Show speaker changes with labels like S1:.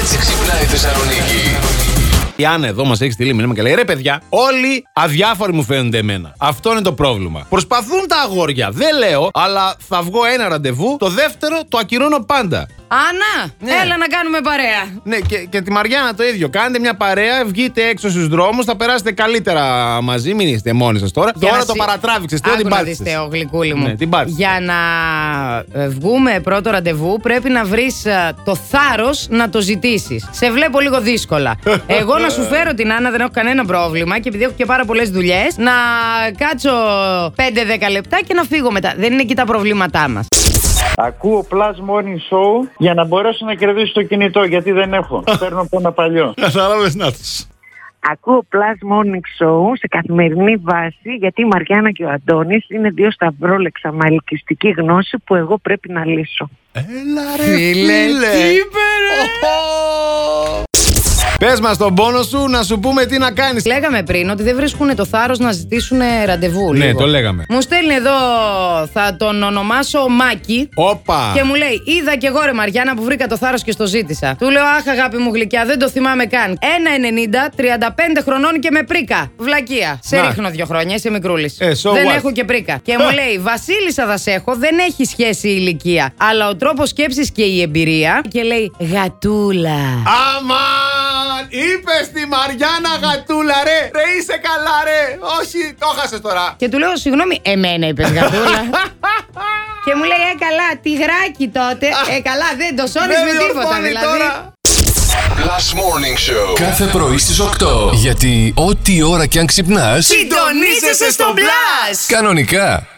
S1: έτσι ξυπνάει η Θεσσαλονίκη.
S2: Η Άννα εδώ μας έχει στείλει μήνυμα και λέει: Ρε παιδιά, όλοι αδιάφοροι μου φαίνονται εμένα. Αυτό είναι το πρόβλημα. Προσπαθούν τα αγόρια, δεν λέω, αλλά θα βγω ένα ραντεβού, το δεύτερο το ακυρώνω πάντα.
S3: Άννα,
S2: Ναι.
S3: έλα να κάνουμε παρέα.
S2: Ναι, και, και τη Μαριάννα το ίδιο. Κάντε μια παρέα, βγείτε έξω στους δρόμους, θα περάσετε καλύτερα μαζί. Μην είστε μόνοι σας τώρα.
S3: Για
S2: τώρα
S3: να
S2: το
S3: συ-
S2: παρατράβηξες, Θεό την
S3: Άκου να δεις,
S2: πάτησες.
S3: Θεό, γλυκούλη μου.
S2: Ναι, την πάτησες.
S3: Για να ε, βγούμε πρώτο ραντεβού, πρέπει να βρεις το θάρρος να το ζητήσεις. Σε βλέπω λίγο δύσκολα. Εγώ να σου φέρω την Άννα, δεν έχω κανένα πρόβλημα και επειδή έχω και πάρα πολλές δουλειές, να κάτσω 5-10 λεπτά και να φύγω μετά. Δεν είναι εκεί τα προβλήματά μας.
S4: Ακούω Plus Morning Show για να μπορέσω να κερδίσω το κινητό γιατί δεν έχω. Παίρνω από ένα παλιό.
S2: Κατάλαβε να του.
S5: Ακούω Plus Morning Show σε καθημερινή βάση γιατί η Μαριάννα και ο Αντώνης είναι δύο σταυρόλεξα με αλκυστική γνώση που εγώ πρέπει να λύσω.
S2: Έλα ρε φίλε, Πες μας τον πόνο σου να σου πούμε τι να κάνεις
S3: Λέγαμε πριν ότι δεν βρίσκουν το θάρρος να ζητήσουν ραντεβού.
S2: Ναι
S3: λίγο.
S2: το λέγαμε
S3: Μου στέλνει εδώ, θα τον ονομάσω Μάκη.
S2: Όπα
S3: Και μου λέει, είδα και εγώ ρε Μαριάννα που βρήκα το θάρρος και στο ζήτησα. Του λέω, Αχ, αγάπη μου γλυκιά, δεν το θυμάμαι καν. 1,90, 35 χρονών και με πρίκα. Βλακεία. Σε
S2: Να.
S3: ρίχνω δύο χρόνια, είσαι μικρούλης.
S2: Ε, so
S3: δεν
S2: what?
S3: έχω και πρίκα. Και μου λέει, Βασίλισσα θα σε έχω, δεν έχει σχέση η ηλικία. Αλλά ο τρόπος σκέψης και η εμπειρία. Και λέει, Γατούλα.
S2: Αμάν! Είπες στη Μαριάννα γατούλα, ρε! Ρε είσαι καλά, ρε! Όχι, το χάσες τώρα.
S3: Και του λέω, Συγγνώμη, εμένα είπες γατούλα. και μου λέει, Ε, καλά, τυγράκι τότε. ε, καλά, δεν το σώνεις
S2: Δεν
S3: με τίποτα
S2: διορθώνει
S3: δηλαδή.
S2: τώρα.
S1: Last Morning Show.
S6: Κάθε πρωί στις 8. Γιατί ό,τι ώρα κι αν ξυπνάς,
S3: Συντονίζεσαι στο μπλα!
S6: κανονικά